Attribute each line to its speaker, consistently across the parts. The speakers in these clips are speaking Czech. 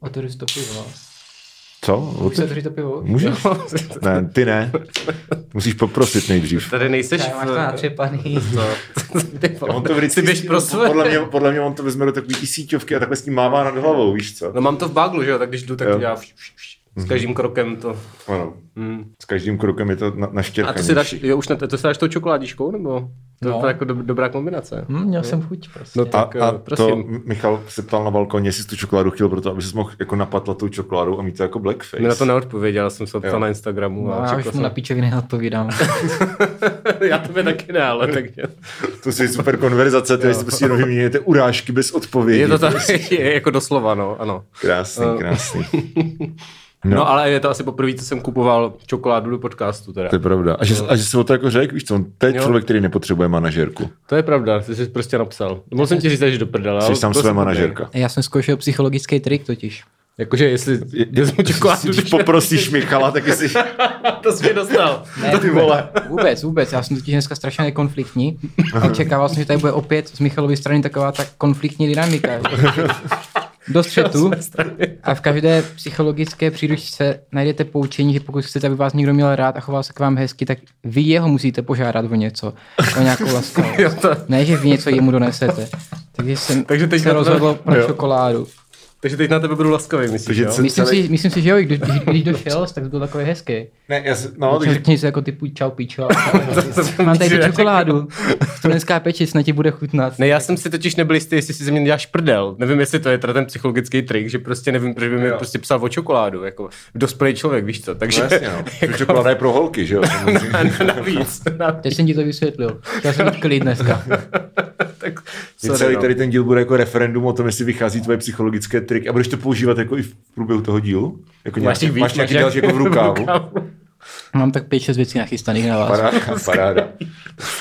Speaker 1: Otevřu si to pivo.
Speaker 2: Co?
Speaker 1: Můžu
Speaker 2: Otevř-
Speaker 1: otevřít to pivo?
Speaker 2: Můžeš? Ne, ty ne. Musíš poprosit nejdřív.
Speaker 3: Tady nejseš
Speaker 1: Čau, máš to natřepaný.
Speaker 3: No. Ty vole.
Speaker 2: On to vždycky,
Speaker 3: Ty běž pro své.
Speaker 2: podle, mě, podle mě on to vezme do takový ty síťovky a takhle s tím mává nad hlavou, víš co?
Speaker 3: No mám to v baglu, že jo, tak když jdu, tak
Speaker 2: Jo.
Speaker 3: to dělá vš, vš, vš. s každým krokem to.
Speaker 2: Ano.
Speaker 3: Mm.
Speaker 2: S každým krokem je to na,
Speaker 3: A to
Speaker 2: naštěrkanější.
Speaker 3: si dáš, jo, už ne, to si dáš tou čokoládíčkou, nebo? To
Speaker 1: No.
Speaker 3: je jako do, dobrá kombinace.
Speaker 2: No.
Speaker 1: Hm, měl jsem chuť prostě.
Speaker 3: No
Speaker 2: A,
Speaker 3: tak,
Speaker 2: a
Speaker 3: a,
Speaker 2: to
Speaker 3: prosím.
Speaker 2: M- Michal se ptal na balkoně, jestli jsi tu čokoládu chtěl proto, aby ses mohl jako napatlat tou čokoládou a mít to jako blackface.
Speaker 3: Mi na to neodpověděl, já jsem se
Speaker 2: Jo.
Speaker 3: ptal na Instagramu.
Speaker 1: No, já
Speaker 3: a čekal
Speaker 1: už mu
Speaker 3: jsem.
Speaker 1: na píčoviny neodpovídám.
Speaker 3: já tebe taky ne, ale tak
Speaker 2: To je super konverzace, to je jestli prostě jenom vyměňujete urážky bez odpovědi.
Speaker 3: je to tak, je jako doslova, no, ano.
Speaker 2: Krásný,
Speaker 3: Eh.
Speaker 2: krásný.
Speaker 3: No,
Speaker 2: No.
Speaker 3: no ale je to asi poprvé, co jsem kupoval čokoládu do podcastu teda.
Speaker 2: To je pravda. A že, a že jsi o to jako řekl, víš co, on- to je
Speaker 3: Jo.
Speaker 2: člověk, který nepotřebuje manažerku.
Speaker 3: To je pravda, ty jsi prostě napsal. Mohl jsem ti říct, že do prdele.
Speaker 2: Jsi
Speaker 3: ale
Speaker 2: sám
Speaker 3: byl
Speaker 2: své
Speaker 3: jsem
Speaker 2: manažerka.
Speaker 3: dobrý.
Speaker 1: Já jsem zkoušel psychologický trik totiž.
Speaker 3: Jakože jestli vezmu čokoládu,
Speaker 2: Když poprosíš Michala, tak jestli...
Speaker 3: to jsi mě dostal.
Speaker 1: Ne,
Speaker 2: Ty vole.
Speaker 1: Vůbec, vůbec. Já jsem totiž dneska strašně nekonfliktní. A očekával jsem, že tady bude opět z Michalovy strany taková ta konfliktní dynamika. Do střetu. A v každé psychologické příručce najdete poučení, že pokud chcete, aby vás někdo měl rád a choval se k vám hezky, tak vy jeho musíte požádat o něco. O nějakou
Speaker 3: Jo,
Speaker 1: laskavost.
Speaker 3: to,
Speaker 1: Ne, že vy něco jemu donesete. Takže jsem
Speaker 3: Takže teď
Speaker 1: se
Speaker 3: na to-
Speaker 1: rozhodl pro
Speaker 2: Jo.
Speaker 1: čokoládu.
Speaker 3: takže teď na tebe budu laskavý, myslíš,
Speaker 2: Takže
Speaker 3: jo?
Speaker 2: co-
Speaker 1: Myslím
Speaker 2: celý-
Speaker 1: si, myslím si, že jo, i když, když došel, tak to bylo takové hezké.
Speaker 2: Ne, já si, no,
Speaker 1: Takže
Speaker 2: takže
Speaker 1: řekni se jako typu čau pičo.
Speaker 3: To jsem
Speaker 1: Mám tady
Speaker 3: ti
Speaker 1: tu
Speaker 3: neřekl.
Speaker 1: čokoládu. Studenská peči, snad ti bude chutnat.
Speaker 3: Ne, já jsem si totiž nebyl jistý, jestli si ze mě děláš prdel. Nevím, jestli to je teda ten psychologický trik, že prostě nevím, proč by mi
Speaker 2: Jo.
Speaker 3: prostě psal o čokoládu, jako dospělý člověk, víš co. Takže
Speaker 2: No jasně, no. Čokoláda je pro holky, že jo?
Speaker 3: No,
Speaker 2: samozřejmě.
Speaker 3: na, na, navíc, navíc.
Speaker 1: Teď jsem ti to vysvětlil. Chtěl jsem mít klid dneska.
Speaker 3: tak,
Speaker 2: Sorry,
Speaker 3: sorry,
Speaker 2: celý
Speaker 3: no.
Speaker 2: tady ten díl bude jako referendum o tom, jestli vychází tvoje psychologické trik a budeš to používat jako i v průběhu toho dílu? Jako
Speaker 3: Máš jich víc,
Speaker 2: máš nějaký
Speaker 3: máš
Speaker 2: další jako v rukávu?
Speaker 1: Mám tak pět, šest věcí nachystaných na vás.
Speaker 2: Paráda, paráda.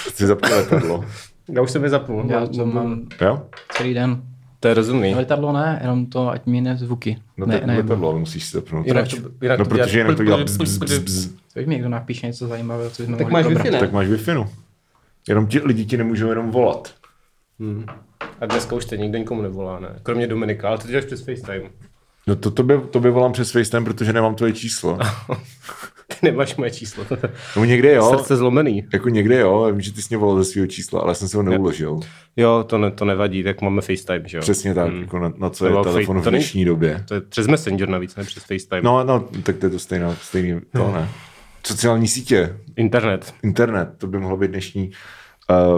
Speaker 2: Chci zapnout letadlo.
Speaker 3: Já už jsem je zapnul.
Speaker 1: Já
Speaker 3: No,
Speaker 1: to mám
Speaker 2: Jo?
Speaker 1: celý den.
Speaker 3: To je rozumný.
Speaker 1: No, letadlo ne, jenom to, ať mi ne zvuky.
Speaker 2: No
Speaker 1: ne,
Speaker 2: tak
Speaker 1: ne,
Speaker 2: letadlo, ale musíš si zapnout.
Speaker 3: Jinak
Speaker 2: Proč?
Speaker 3: to- jinak
Speaker 2: no
Speaker 3: to
Speaker 2: protože
Speaker 3: dělá-
Speaker 2: jinak to dělá bzz, bzz, bzz, bzz.
Speaker 1: Když mi někdo napíše něco zajímavého, co bychom
Speaker 3: Tak
Speaker 1: mohli
Speaker 3: máš
Speaker 1: probrat.
Speaker 3: Wi-Fi, ne?
Speaker 2: Tak máš wi Jenom ti, lidi ti nemůžou jenom volat.
Speaker 3: A dneska už teď nikdo nikomu nevolá, ne? Kromě Dominika, ale to děláš přes FaceTime.
Speaker 2: No to tobě, tobě volám přes FaceTime, protože nemám tvoje číslo.
Speaker 3: Ty nemáš moje číslo.
Speaker 2: No někde jo,
Speaker 3: Srdce zlomený.
Speaker 2: jako někde jo, já vím, že ty jsi mě volal ze svého čísla, ale já jsem se ho neuložil.
Speaker 3: Jo, to, ne, to nevadí, tak máme FaceTime, že jo?
Speaker 2: Přesně tak, jako na, na co
Speaker 3: Mm. To
Speaker 2: je
Speaker 3: bylo
Speaker 2: telefon
Speaker 3: fake-
Speaker 2: v
Speaker 3: to není-
Speaker 2: dnešní době.
Speaker 3: To je přes Messenger navíc, ne přes FaceTime.
Speaker 2: No, no, tak to je to stejné, stejný,
Speaker 3: Hmm.
Speaker 2: to ne. Sociální sítě,
Speaker 3: Internet.
Speaker 2: internet, to by mohlo být dnešní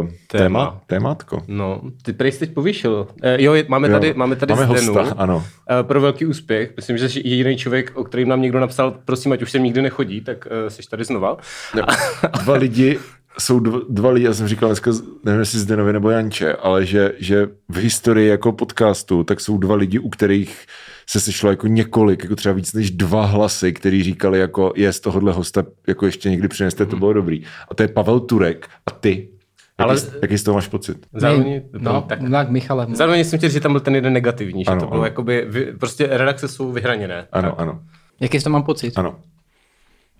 Speaker 2: uh, téma,
Speaker 3: Téma.
Speaker 2: témátko.
Speaker 3: No, ty prej jsi teď povýšil. E, jo, je, máme
Speaker 2: Jo.
Speaker 3: tady, máme tady
Speaker 2: Máme
Speaker 3: Zdenu.
Speaker 2: hosta, ano.
Speaker 3: E, pro velký úspěch. Myslím, že jsi jediný člověk, o kterým nám někdo napsal, prosím, ať už sem nikdy nechodí, tak e, jsi tady znova.
Speaker 2: Dva lidi, jsou dva, dva lidi, já jsem říkal dneska, nevím jestli Zdenovi nebo Janče, ale že, že v historii jako podcastu, tak jsou dva lidi, u kterých se sešlo jako několik, jako třeba víc než dva hlasy, který říkali jako je z tohohle hosta, jako ještě někdy přineste, to bylo dobrý. A to je Pavel Turek a ty. Jaký,
Speaker 3: Mhm. Ale-
Speaker 2: ale... jaký z toho máš pocit?
Speaker 3: Zároveň,
Speaker 1: No,
Speaker 3: tak,
Speaker 1: tak Michale,
Speaker 3: zároveň jsem chtěl říct, že tam byl ten jeden negativní, že
Speaker 2: Ano,
Speaker 3: to bylo
Speaker 2: ano.
Speaker 3: jakoby, vy, prostě redakce jsou vyhraněné.
Speaker 2: Ano, ano,
Speaker 1: jaký z toho mám pocit?
Speaker 2: ano.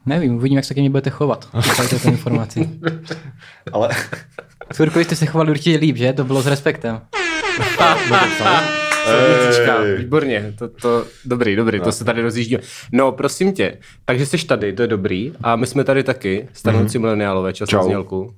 Speaker 1: Nevím, uvidím, jak se ke mně budete chovat. Tady této informaci.
Speaker 2: Ale
Speaker 1: Turkovi jste se chovali určitě líp, že? To bylo s respektem.
Speaker 3: Srdíčka,
Speaker 2: Ej.
Speaker 3: výborně, to, to, dobrý, dobrý, no. to se tady rozjíždíme. No, prosím tě, takže jsi tady, to je dobrý, a my jsme tady taky, stanoucí mm-hmm. mileniálové, čas
Speaker 2: Mhm. Čau.
Speaker 3: na znělku.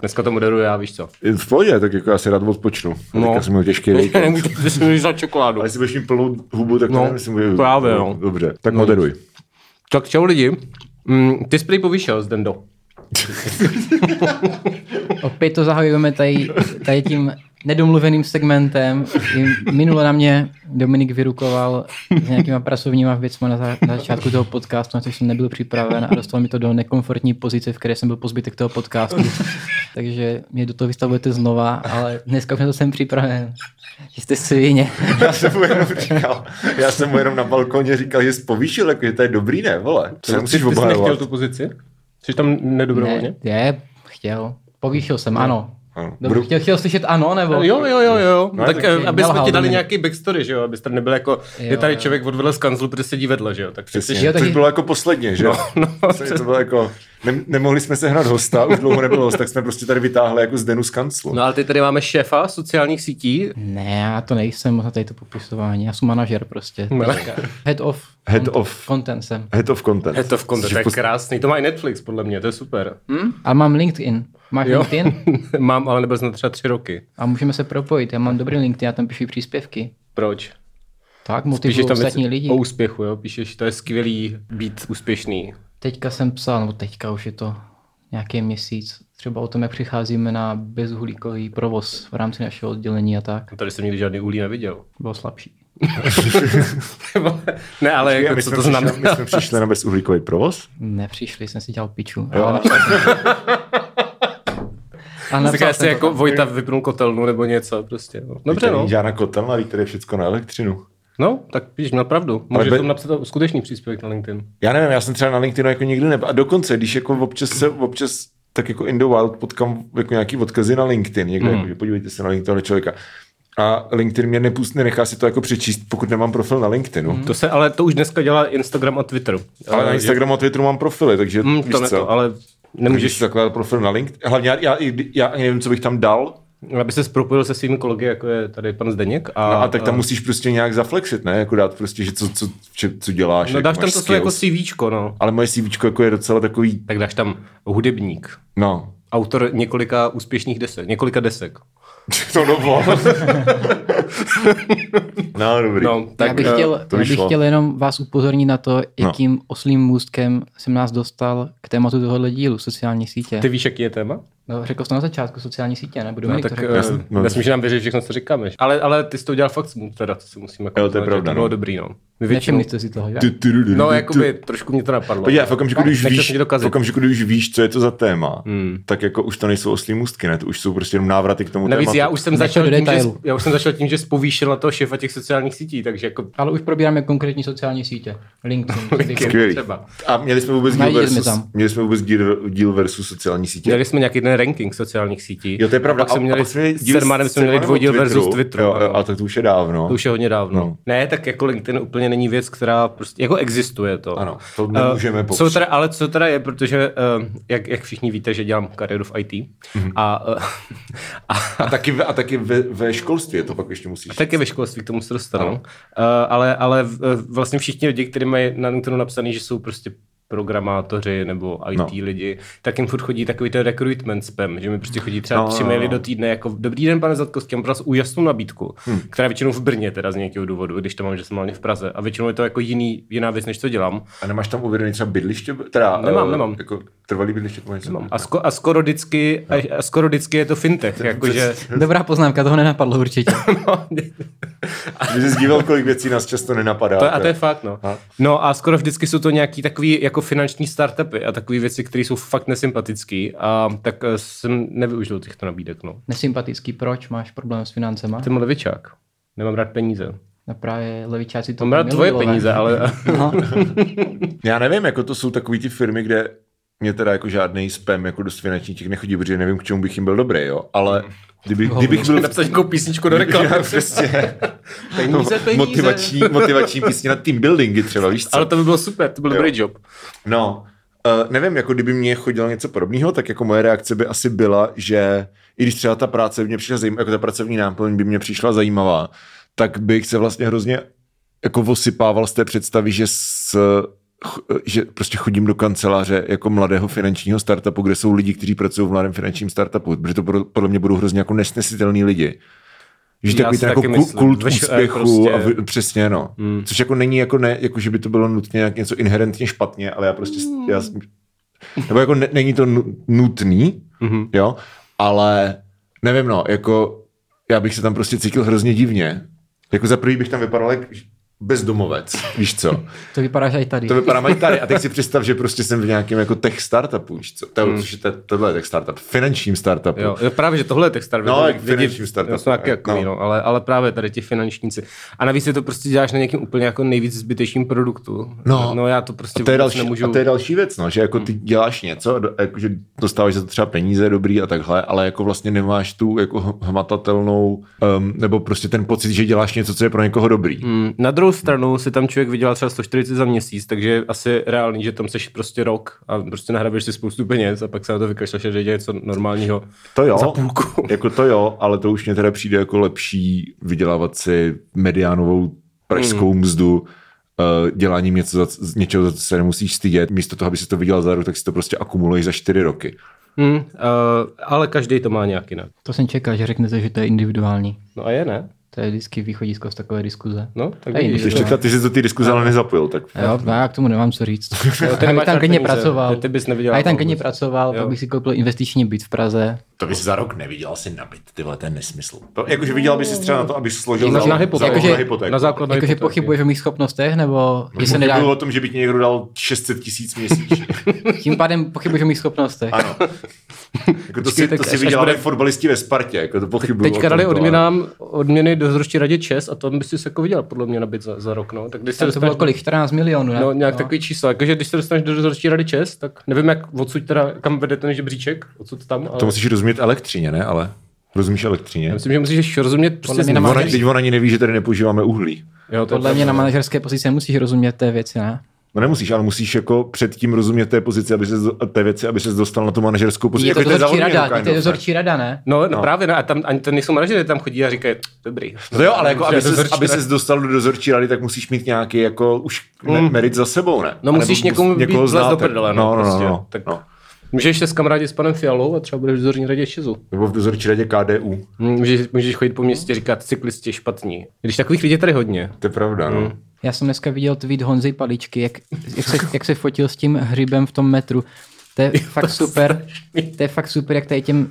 Speaker 3: Dneska to moderuju já, víš co?
Speaker 2: v pohodě, tak jako já si rád odpočnu. No.
Speaker 3: No.
Speaker 2: Teďka jsem měl těžký víkend.
Speaker 3: Nemůžete si mi za čokoládu.
Speaker 2: Ale jestli budeš mít plnou hubu, tak to
Speaker 3: No,
Speaker 2: nevím, jestli můžu...
Speaker 3: právě, no.
Speaker 2: Dobře, tak moderuj.
Speaker 3: Tak čau lidi, mm, ty jsi prý povyšel z Dendo.
Speaker 1: Opět to zahajujeme tady, tady tím nedomluveným segmentem. I Minule na mě Dominik vyrukoval s nějakýma pracovníma věcmi na, za- na začátku toho podcastu, na což jsem nebyl připraven a dostal mi to do nekomfortní pozice, v které jsem byl po zbytek toho podcastu. Takže mě do toho vystavujete znova, ale dneska už na to jsem připraven. Že jste svině.
Speaker 2: Já jsem mu jenom říkal, já jsem mu jenom na balkoně říkal, že jsi povýšil, jako, že to je dobrý, ne, vole. To se
Speaker 3: Ty, ty
Speaker 2: musíš
Speaker 3: jsi nechtěl
Speaker 2: obhajovat.
Speaker 3: tu pozici? Jsi tam nedobrovolně?
Speaker 1: Ne, je, chtěl. Povýšil jsem, ano.
Speaker 2: Ano.
Speaker 1: Dobře, chtěl, chtěl slyšet ano, nebo?
Speaker 3: Jo, jo, jo, jo.
Speaker 2: No,
Speaker 3: No, tak
Speaker 2: tak
Speaker 1: si
Speaker 3: eh, aby jsme
Speaker 1: nelhal,
Speaker 3: ti dali
Speaker 1: Dominik.
Speaker 3: nějaký backstory, že jo? Abyste nebyl jako, jo, je
Speaker 1: Jo,
Speaker 3: tady
Speaker 1: jo.
Speaker 3: člověk odvedl z kanzlu, protože sedí vedle, že jo? Tak
Speaker 2: Přesně,
Speaker 3: jsi-
Speaker 1: Jo,
Speaker 2: což
Speaker 1: taky-
Speaker 2: bylo jako posledně, že? No,
Speaker 3: no,
Speaker 2: to bylo jako, ne, nemohli jsme se hrát hosta, už dlouho nebylo host, tak jsme prostě tady vytáhli jako z Denu z kanclu.
Speaker 3: No ale ty tady máme šéfa sociálních sítí.
Speaker 1: Ne, já to nejsem na tady to popisování. Já jsem manažer prostě. Teďka. Head of.
Speaker 2: Head
Speaker 1: cont-
Speaker 2: of.
Speaker 1: Content jsem.
Speaker 2: Head of content.
Speaker 3: Je to v kontu,
Speaker 2: Což
Speaker 3: to je
Speaker 2: pos-
Speaker 3: krásný. To má i Netflix, podle mě, to je super.
Speaker 1: A mám LinkedIn. Máš
Speaker 3: Jo.
Speaker 1: LinkedIn?
Speaker 3: Mám, ale nebyl jsem třeba tři roky.
Speaker 1: A můžeme se propojit. Já mám dobrý LinkedIn, já tam píšu příspěvky.
Speaker 3: Proč?
Speaker 1: Tak motivuju ostatní lidi.
Speaker 3: o úspěchu, jo? Píšeš, to je skvělý být úspěšný.
Speaker 1: Teďka jsem psal, nebo teďka už je to nějaký měsíc, třeba o tom, jak přicházíme na bezuhlíkový provoz v rámci našeho oddělení a tak.
Speaker 3: Tady jsem nikdy žádný uhlí neviděl.
Speaker 1: Bylo slabší.
Speaker 3: ne, ale
Speaker 2: A
Speaker 3: jako,
Speaker 2: my,
Speaker 3: co
Speaker 2: jsme přišli,
Speaker 3: to
Speaker 2: my
Speaker 3: znamená?
Speaker 2: jsme přišli na bezuhlíkový provoz.
Speaker 1: Nepřišli, jsem si dělal piču.
Speaker 2: Jo.
Speaker 1: Ale... A
Speaker 3: Říká
Speaker 1: napsal
Speaker 3: jestli
Speaker 1: jsem
Speaker 3: jako Vojta vypnul kotelnu nebo něco prostě. No. Dobře,
Speaker 2: Teď
Speaker 3: no.
Speaker 2: není Žádná kotelna, teď tady je všecko na elektřinu.
Speaker 3: No, tak píš na pravdu.
Speaker 2: Ale
Speaker 3: Můžeš
Speaker 2: be-
Speaker 3: tam napsat skutečný příspěvek na LinkedIn.
Speaker 2: Já nevím, já jsem třeba na LinkedInu jako nikdy ne... A dokonce, když jako občas se, občas tak jako in the wild potkám jako nějaký odkazy na LinkedIn, někde,
Speaker 3: Mhm.
Speaker 2: mm. jako, že podívejte se na LinkedIn člověka. A LinkedIn mě nepustí, nechá si to jako přečíst, pokud nemám profil na LinkedInu. Mm.
Speaker 3: To se, ale to už dneska dělá Instagram a Twitter.
Speaker 2: Ale na
Speaker 3: Mhm. Eh,
Speaker 2: Instagramu a Twitteru mám profily, takže
Speaker 3: Mm,
Speaker 2: víš
Speaker 3: to ne,
Speaker 2: co?
Speaker 3: to, ale
Speaker 2: Můžeš
Speaker 3: nemůžeš,
Speaker 2: si zakládat profil na LinkedIn. Hlavně já, já, i- já ani nevím, co bych tam dal.
Speaker 3: aby se propojil se svými kolegy, jako je tady pan Zdeněk. A,
Speaker 2: A, a tak tam musíš prostě nějak zaflexit, ne? Jako dát prostě, že co, co, co, co děláš.
Speaker 3: no
Speaker 2: jak
Speaker 3: dáš
Speaker 2: máš
Speaker 3: tam to své jako
Speaker 2: skills.
Speaker 3: CVčko, no.
Speaker 2: Ale moje CV jako je docela takový,
Speaker 3: Tak dáš tam hudebník,
Speaker 2: no.
Speaker 3: autor několika úspěšných desek, několika desek.
Speaker 2: To dobo. no, dobrý.
Speaker 3: No, tak
Speaker 1: Tak, já bych,
Speaker 3: eh,
Speaker 1: chtěl,
Speaker 2: to
Speaker 1: já bych
Speaker 2: vyšlo.
Speaker 1: chtěl jenom vás upozornit na to, jakým oslým můstkem jsem nás dostal k tématu tohohle dílu, sociální sítě.
Speaker 3: ty víš, jaký je téma?
Speaker 1: No, řekl jsem na začátku sociální sítě, nebo
Speaker 3: No,
Speaker 1: Dominik to
Speaker 3: tak
Speaker 1: řekl.
Speaker 3: eh,
Speaker 2: jsem- no.
Speaker 3: nesmíš nám věřit všechno, co říkáme. že? Ale, ale ty jsi to udělal fakt smut, teda, to si musím jako
Speaker 2: Jo, to je
Speaker 3: uznat, že
Speaker 2: pravda,
Speaker 3: To bylo
Speaker 2: no.
Speaker 3: dobrý, no. My většinou-
Speaker 1: Nevšimli jste si toho, že?
Speaker 2: Tu, tu, tu, tu,
Speaker 3: No,
Speaker 2: tu,
Speaker 3: jakoby No, trošku mě to napadlo.
Speaker 2: Podívej, v okamžiku, když
Speaker 3: Nechce se
Speaker 2: víš,
Speaker 3: ti
Speaker 2: v
Speaker 3: dokazit.
Speaker 2: okamžiku, když víš, co je to za téma, hmm. tak jako už to nejsou oslí můstky, ne? To už jsou prostě jenom návraty k tomu
Speaker 3: Navíc
Speaker 2: tématu.
Speaker 3: já už, jsem
Speaker 1: Nechme
Speaker 3: začal
Speaker 1: do
Speaker 3: tím, že,
Speaker 1: detailu.
Speaker 3: já už jsem začal tím, že spovýšil na toho šefa těch sociálních sítí, takže jako
Speaker 1: Ale už probíráme konkrétní sociální sítě. LinkedIn.
Speaker 3: LinkedIn.
Speaker 2: Skvělý.
Speaker 3: třeba.
Speaker 2: A měli jsme vůbec díl
Speaker 1: Najdeme
Speaker 2: versus,
Speaker 1: tam.
Speaker 2: měli jsme vůbec díl, díl versus sociální sítě.
Speaker 3: Měli jsme nějaký ten ranking sociálních sítí.
Speaker 2: Jo, to je pravda.
Speaker 3: A pak jsme měli,
Speaker 2: pak
Speaker 3: s
Speaker 2: díl
Speaker 3: Sermanem jsme měli
Speaker 2: Sermanem o
Speaker 3: dvoudíl
Speaker 2: Twitteru.
Speaker 3: versus Twitter.
Speaker 2: Jo, jo, a tak to už je dávno.
Speaker 3: To už je hodně dávno.
Speaker 2: No.
Speaker 3: Ne, tak jako LinkedIn úplně není věc, která prostě, jako existuje to.
Speaker 2: Ano, to nemůžeme
Speaker 3: Eh,
Speaker 2: popřít.
Speaker 3: co teda, Ale co teda je, protože eh, jak, jak všichni víte, že dělám kariéru v IT
Speaker 2: Mhm.
Speaker 3: mm-hmm. a, eh, a
Speaker 2: A taky, ve, a taky ve, ve školství je to pak ještě musíš.
Speaker 3: Taky ve školství k tomu se dostanu. Uh, ale, ale v- eh, vlastně všichni lidi, kteří mají na Newtonu napsaný, že jsou prostě programátoři nebo IT
Speaker 2: No.
Speaker 3: no. lidi, tak jim furt chodí takový ten recruitment spam, že mi prostě chodí třeba
Speaker 2: No,
Speaker 3: no, tři
Speaker 2: no,
Speaker 3: maily
Speaker 2: no.
Speaker 3: do týdne, jako dobrý den, pane Zadkovský, mám pro vás úžasnou nabídku, hmm. která je většinou v Brně teda z nějakého důvodu, když to mám, že jsem hlavně v Praze. A většinou je to jako jiný, jiná věc, než co dělám.
Speaker 2: A nemáš tam uvedený třeba bydliště? Teda,
Speaker 3: Nemám,
Speaker 2: eh,
Speaker 3: nemám.
Speaker 2: Jako trvalý bydliště? Nemám.
Speaker 3: A, sko- a, skoro vždycky, a, a skoro vždycky je to fintech, jakože... no,
Speaker 1: Dobrá poznámka, toho nenapadlo určitě.
Speaker 2: Že jsi díval, kolik věcí nás často nenapadá.
Speaker 3: To, a to je fakt, no.
Speaker 2: A?
Speaker 3: No a skoro vždycky jsou to nějaký takový jako finanční startupy a takové věci, které jsou fakt nesympatický a tak eh, jsem nevyužil těchto nabídek, no.
Speaker 1: Nesympatický, proč máš problém s financema?
Speaker 3: Jsem levičák. Nemám rád peníze.
Speaker 1: No právě levičáci to
Speaker 3: Mám rád
Speaker 1: milují,
Speaker 3: tvoje
Speaker 1: vole.
Speaker 3: peníze, ale
Speaker 1: No,
Speaker 2: Já nevím, jako to jsou takový ty firmy, kde mě teda jako žádný spam jako do finančních těch nechodí, protože nevím, k čemu bych jim byl dobrý, jo. Ale kdyby, kdybych byl...
Speaker 3: napsat nějakou písničku do reklamy.
Speaker 2: Já přesně.
Speaker 3: Peníze, peníze.
Speaker 2: Motivační, motivační písně na team buildingy třeba, víš co?
Speaker 3: Ale to by bylo super, to byl dobrý job.
Speaker 2: No, uh, nevím, jako kdyby mě chodilo něco podobného, tak jako moje reakce by asi byla, že i když třeba ta práce by mě přišla zajímavá, jako ta pracovní náplň by mě přišla zajímavá, tak bych se vlastně hrozně jako osypával z té představy, že s ch- že prostě chodím do kanceláře jako mladého finančního startupu, kde jsou lidi, kteří pracují v mladém finančním startupu, protože to pro- podle mě budou hrozně jako nesnesitelní lidi. Že
Speaker 3: Já
Speaker 2: takový
Speaker 3: si
Speaker 2: ten jako
Speaker 3: taky
Speaker 2: kul-
Speaker 3: myslím.
Speaker 2: kult
Speaker 3: Veš- eh,
Speaker 2: úspěchu
Speaker 3: prostě- Hmm.
Speaker 2: a vy- Přesně, no. Mm. Což jako není jako ne, jako že by to bylo nutně nějak něco inherentně špatně, ale já prostě, mm. já, jsem- nebo jako ne, není to nu- nutný,
Speaker 3: Mhm.
Speaker 2: mm-hmm. jo, ale nevím, no, jako já bych se tam prostě cítil hrozně divně. Jako za prvý bych tam vypadal jak bezdomovec, víš co?
Speaker 1: To vypadá, že i tady.
Speaker 2: To vypadá mají tady. A teď si představ, že prostě jsem v nějakém jako tech startupu, víš co? To, což je te, tohle je tech startup, finančním startupu.
Speaker 3: Mhm. Jo, jo, právě, že tohle je tak startup.
Speaker 2: No,
Speaker 3: Lidi-
Speaker 2: jak finanční
Speaker 3: lidi-
Speaker 2: startup,
Speaker 3: jo, Jsou taky
Speaker 2: no.
Speaker 3: jako, no. ale, ale právě tady ti finančníci. A navíc je to prostě děláš na nějakým úplně jako nejvíc zbytečným produktu.
Speaker 2: No.
Speaker 3: no já to prostě
Speaker 2: A to, je
Speaker 3: vůbec
Speaker 2: další,
Speaker 3: nemůžu. Mhm.
Speaker 2: a to je další věc, no, že jako ty děláš něco, do- jako, že dostáváš za to třeba peníze dobrý a takhle, ale jako vlastně nemáš tu jako h- hmatatelnou, um, nebo prostě ten pocit, že děláš něco, co je pro někoho dobrý.
Speaker 3: Mm, Na druhou stranu si tam člověk vydělá třeba 140 za měsíc, takže je asi reálný, že tam seš prostě rok a prostě nahrabeš si spoustu peněz a pak se na to vykašleš, že je něco normálního.
Speaker 2: To jo,
Speaker 3: Za půlku.
Speaker 2: jako to jo, ale to už mě teda přijde jako lepší vydělávat si mediánovou pražskou
Speaker 1: Hmm.
Speaker 2: mm. mzdu, eh, děláním něco za, z něčeho, za co se nemusíš stydět. Místo toho, aby si to vydělal za rok, tak si to prostě akumuluješ za čtyři roky.
Speaker 3: Hmm, uh, ale každý to má nějak jinak.
Speaker 1: To jsem čekal, že řeknete, že to je individuální.
Speaker 3: No a je, ne?
Speaker 1: To je vždycky východisko z takové diskuze.
Speaker 3: No, tak
Speaker 1: To je
Speaker 3: vidíš,
Speaker 2: Ještě
Speaker 1: individuální.
Speaker 2: ta, ty jsi do té diskuze ale nezapojil, tak
Speaker 1: Jo, no, já k tomu nemám co říct.
Speaker 3: Jo, ty
Speaker 1: Já bych
Speaker 3: nemáš
Speaker 1: tam
Speaker 3: rád
Speaker 1: klidně
Speaker 3: peníze,
Speaker 1: pracoval.
Speaker 3: ty- ty bys nevydělal
Speaker 1: Já bych tam klidně
Speaker 3: vůbec.
Speaker 1: pracoval,
Speaker 3: Jo.
Speaker 1: pak bych si koupil investiční byt v Praze.
Speaker 2: To bys za rok nevydělal si nabit, tyhle, ten nesmysl. To, jakože vydělal bys si třeba na to, abys složil
Speaker 1: Na-
Speaker 2: za,
Speaker 1: na
Speaker 2: za,
Speaker 1: hypotéku.
Speaker 2: rok na
Speaker 1: Jakože-
Speaker 2: hypotéku.
Speaker 3: Na základě
Speaker 1: Jakože pochybuješ o mých schopnostech, nebo že se
Speaker 2: Mluvil
Speaker 1: nedá...
Speaker 2: o tom, že by ti někdo dal 600 tisíc měsíčně.
Speaker 1: Tím pádem pochybuješ o mých schopnostech.
Speaker 2: Ano. Jako to, si,
Speaker 1: Počkej, tak
Speaker 2: to
Speaker 1: až-
Speaker 2: si
Speaker 1: až
Speaker 2: vydělali
Speaker 3: bude-
Speaker 2: fotbalisti ve Spartě, jako to pochybuju. o
Speaker 3: Teďka
Speaker 2: tom,
Speaker 3: dali
Speaker 2: to,
Speaker 3: odměnám, odměny dozorčí radě čes a to by si jako viděl podle mě nabit za, za rok. No. Tak když se
Speaker 1: Tam Prostě to bylo
Speaker 3: dostaneš,
Speaker 1: kolik? 14 milionů, ne?
Speaker 3: no, nějak no. takový číslo. Jakože když se dostaneš do dozorčí rady čes, tak nevím, jak odsud teda, kam vede ten žebříček, odsud tam. Ale...
Speaker 2: To musíš rozumět elektřině, ne? Ale rozumíš elektřině?
Speaker 3: Já myslím, že musíš rozumět prostě
Speaker 1: Podle mě na
Speaker 2: Ona,
Speaker 1: Máš-
Speaker 2: teď on ani neví, že tady nepoužíváme uhlí.
Speaker 3: Jo, to je
Speaker 1: Podle
Speaker 3: pravda.
Speaker 1: mě na manažerské pozici musíš rozumět té věci, ne?
Speaker 2: No nemusíš, ale musíš jako předtím rozumět té pozici, aby se té věci, aby se dostal na tu manažerskou pozici.
Speaker 1: Je to
Speaker 2: Jako je
Speaker 1: dozorčí
Speaker 2: za Olmírou,
Speaker 1: rada,
Speaker 2: kind
Speaker 1: to je
Speaker 2: of, ne?
Speaker 1: dozorčí rada, ne?
Speaker 3: No, no, právě, no, a tam ani to nejsou manažery, tam chodí a říkají, dobrý.
Speaker 2: No jo, ale jako, aby,
Speaker 3: Dobře,
Speaker 2: ses,
Speaker 3: dozorčí
Speaker 2: aby
Speaker 3: rada.
Speaker 2: ses dostal do dozorčí rady, tak musíš mít nějaký jako už ne, merit za sebou, ne?
Speaker 3: Mm. No
Speaker 2: A
Speaker 3: musíš
Speaker 2: nebo
Speaker 3: někomu
Speaker 2: mus-
Speaker 3: být vlez
Speaker 2: znáte.
Speaker 3: do prdele, no,
Speaker 2: no, no,
Speaker 3: prostě.
Speaker 2: no, no,
Speaker 3: Tak-
Speaker 2: tak... no.
Speaker 3: Můžeš se s kamarádi s panem Fialou a třeba budeš v dozorní radě Šizu.
Speaker 2: Nebo v dozorčí radě KDU.
Speaker 3: Můžeš, můžeš chodit po
Speaker 1: No.
Speaker 3: městě říkat, cyklisti špatní. Když takových lidí je tady hodně.
Speaker 2: To je pravda, no.
Speaker 3: Mm.
Speaker 1: Já jsem dneska viděl tweet Honzy Paličky, jak, jak, se, jak se fotil s tím hrybem v tom metru. To je fakt super, to je fakt super, jak tady těm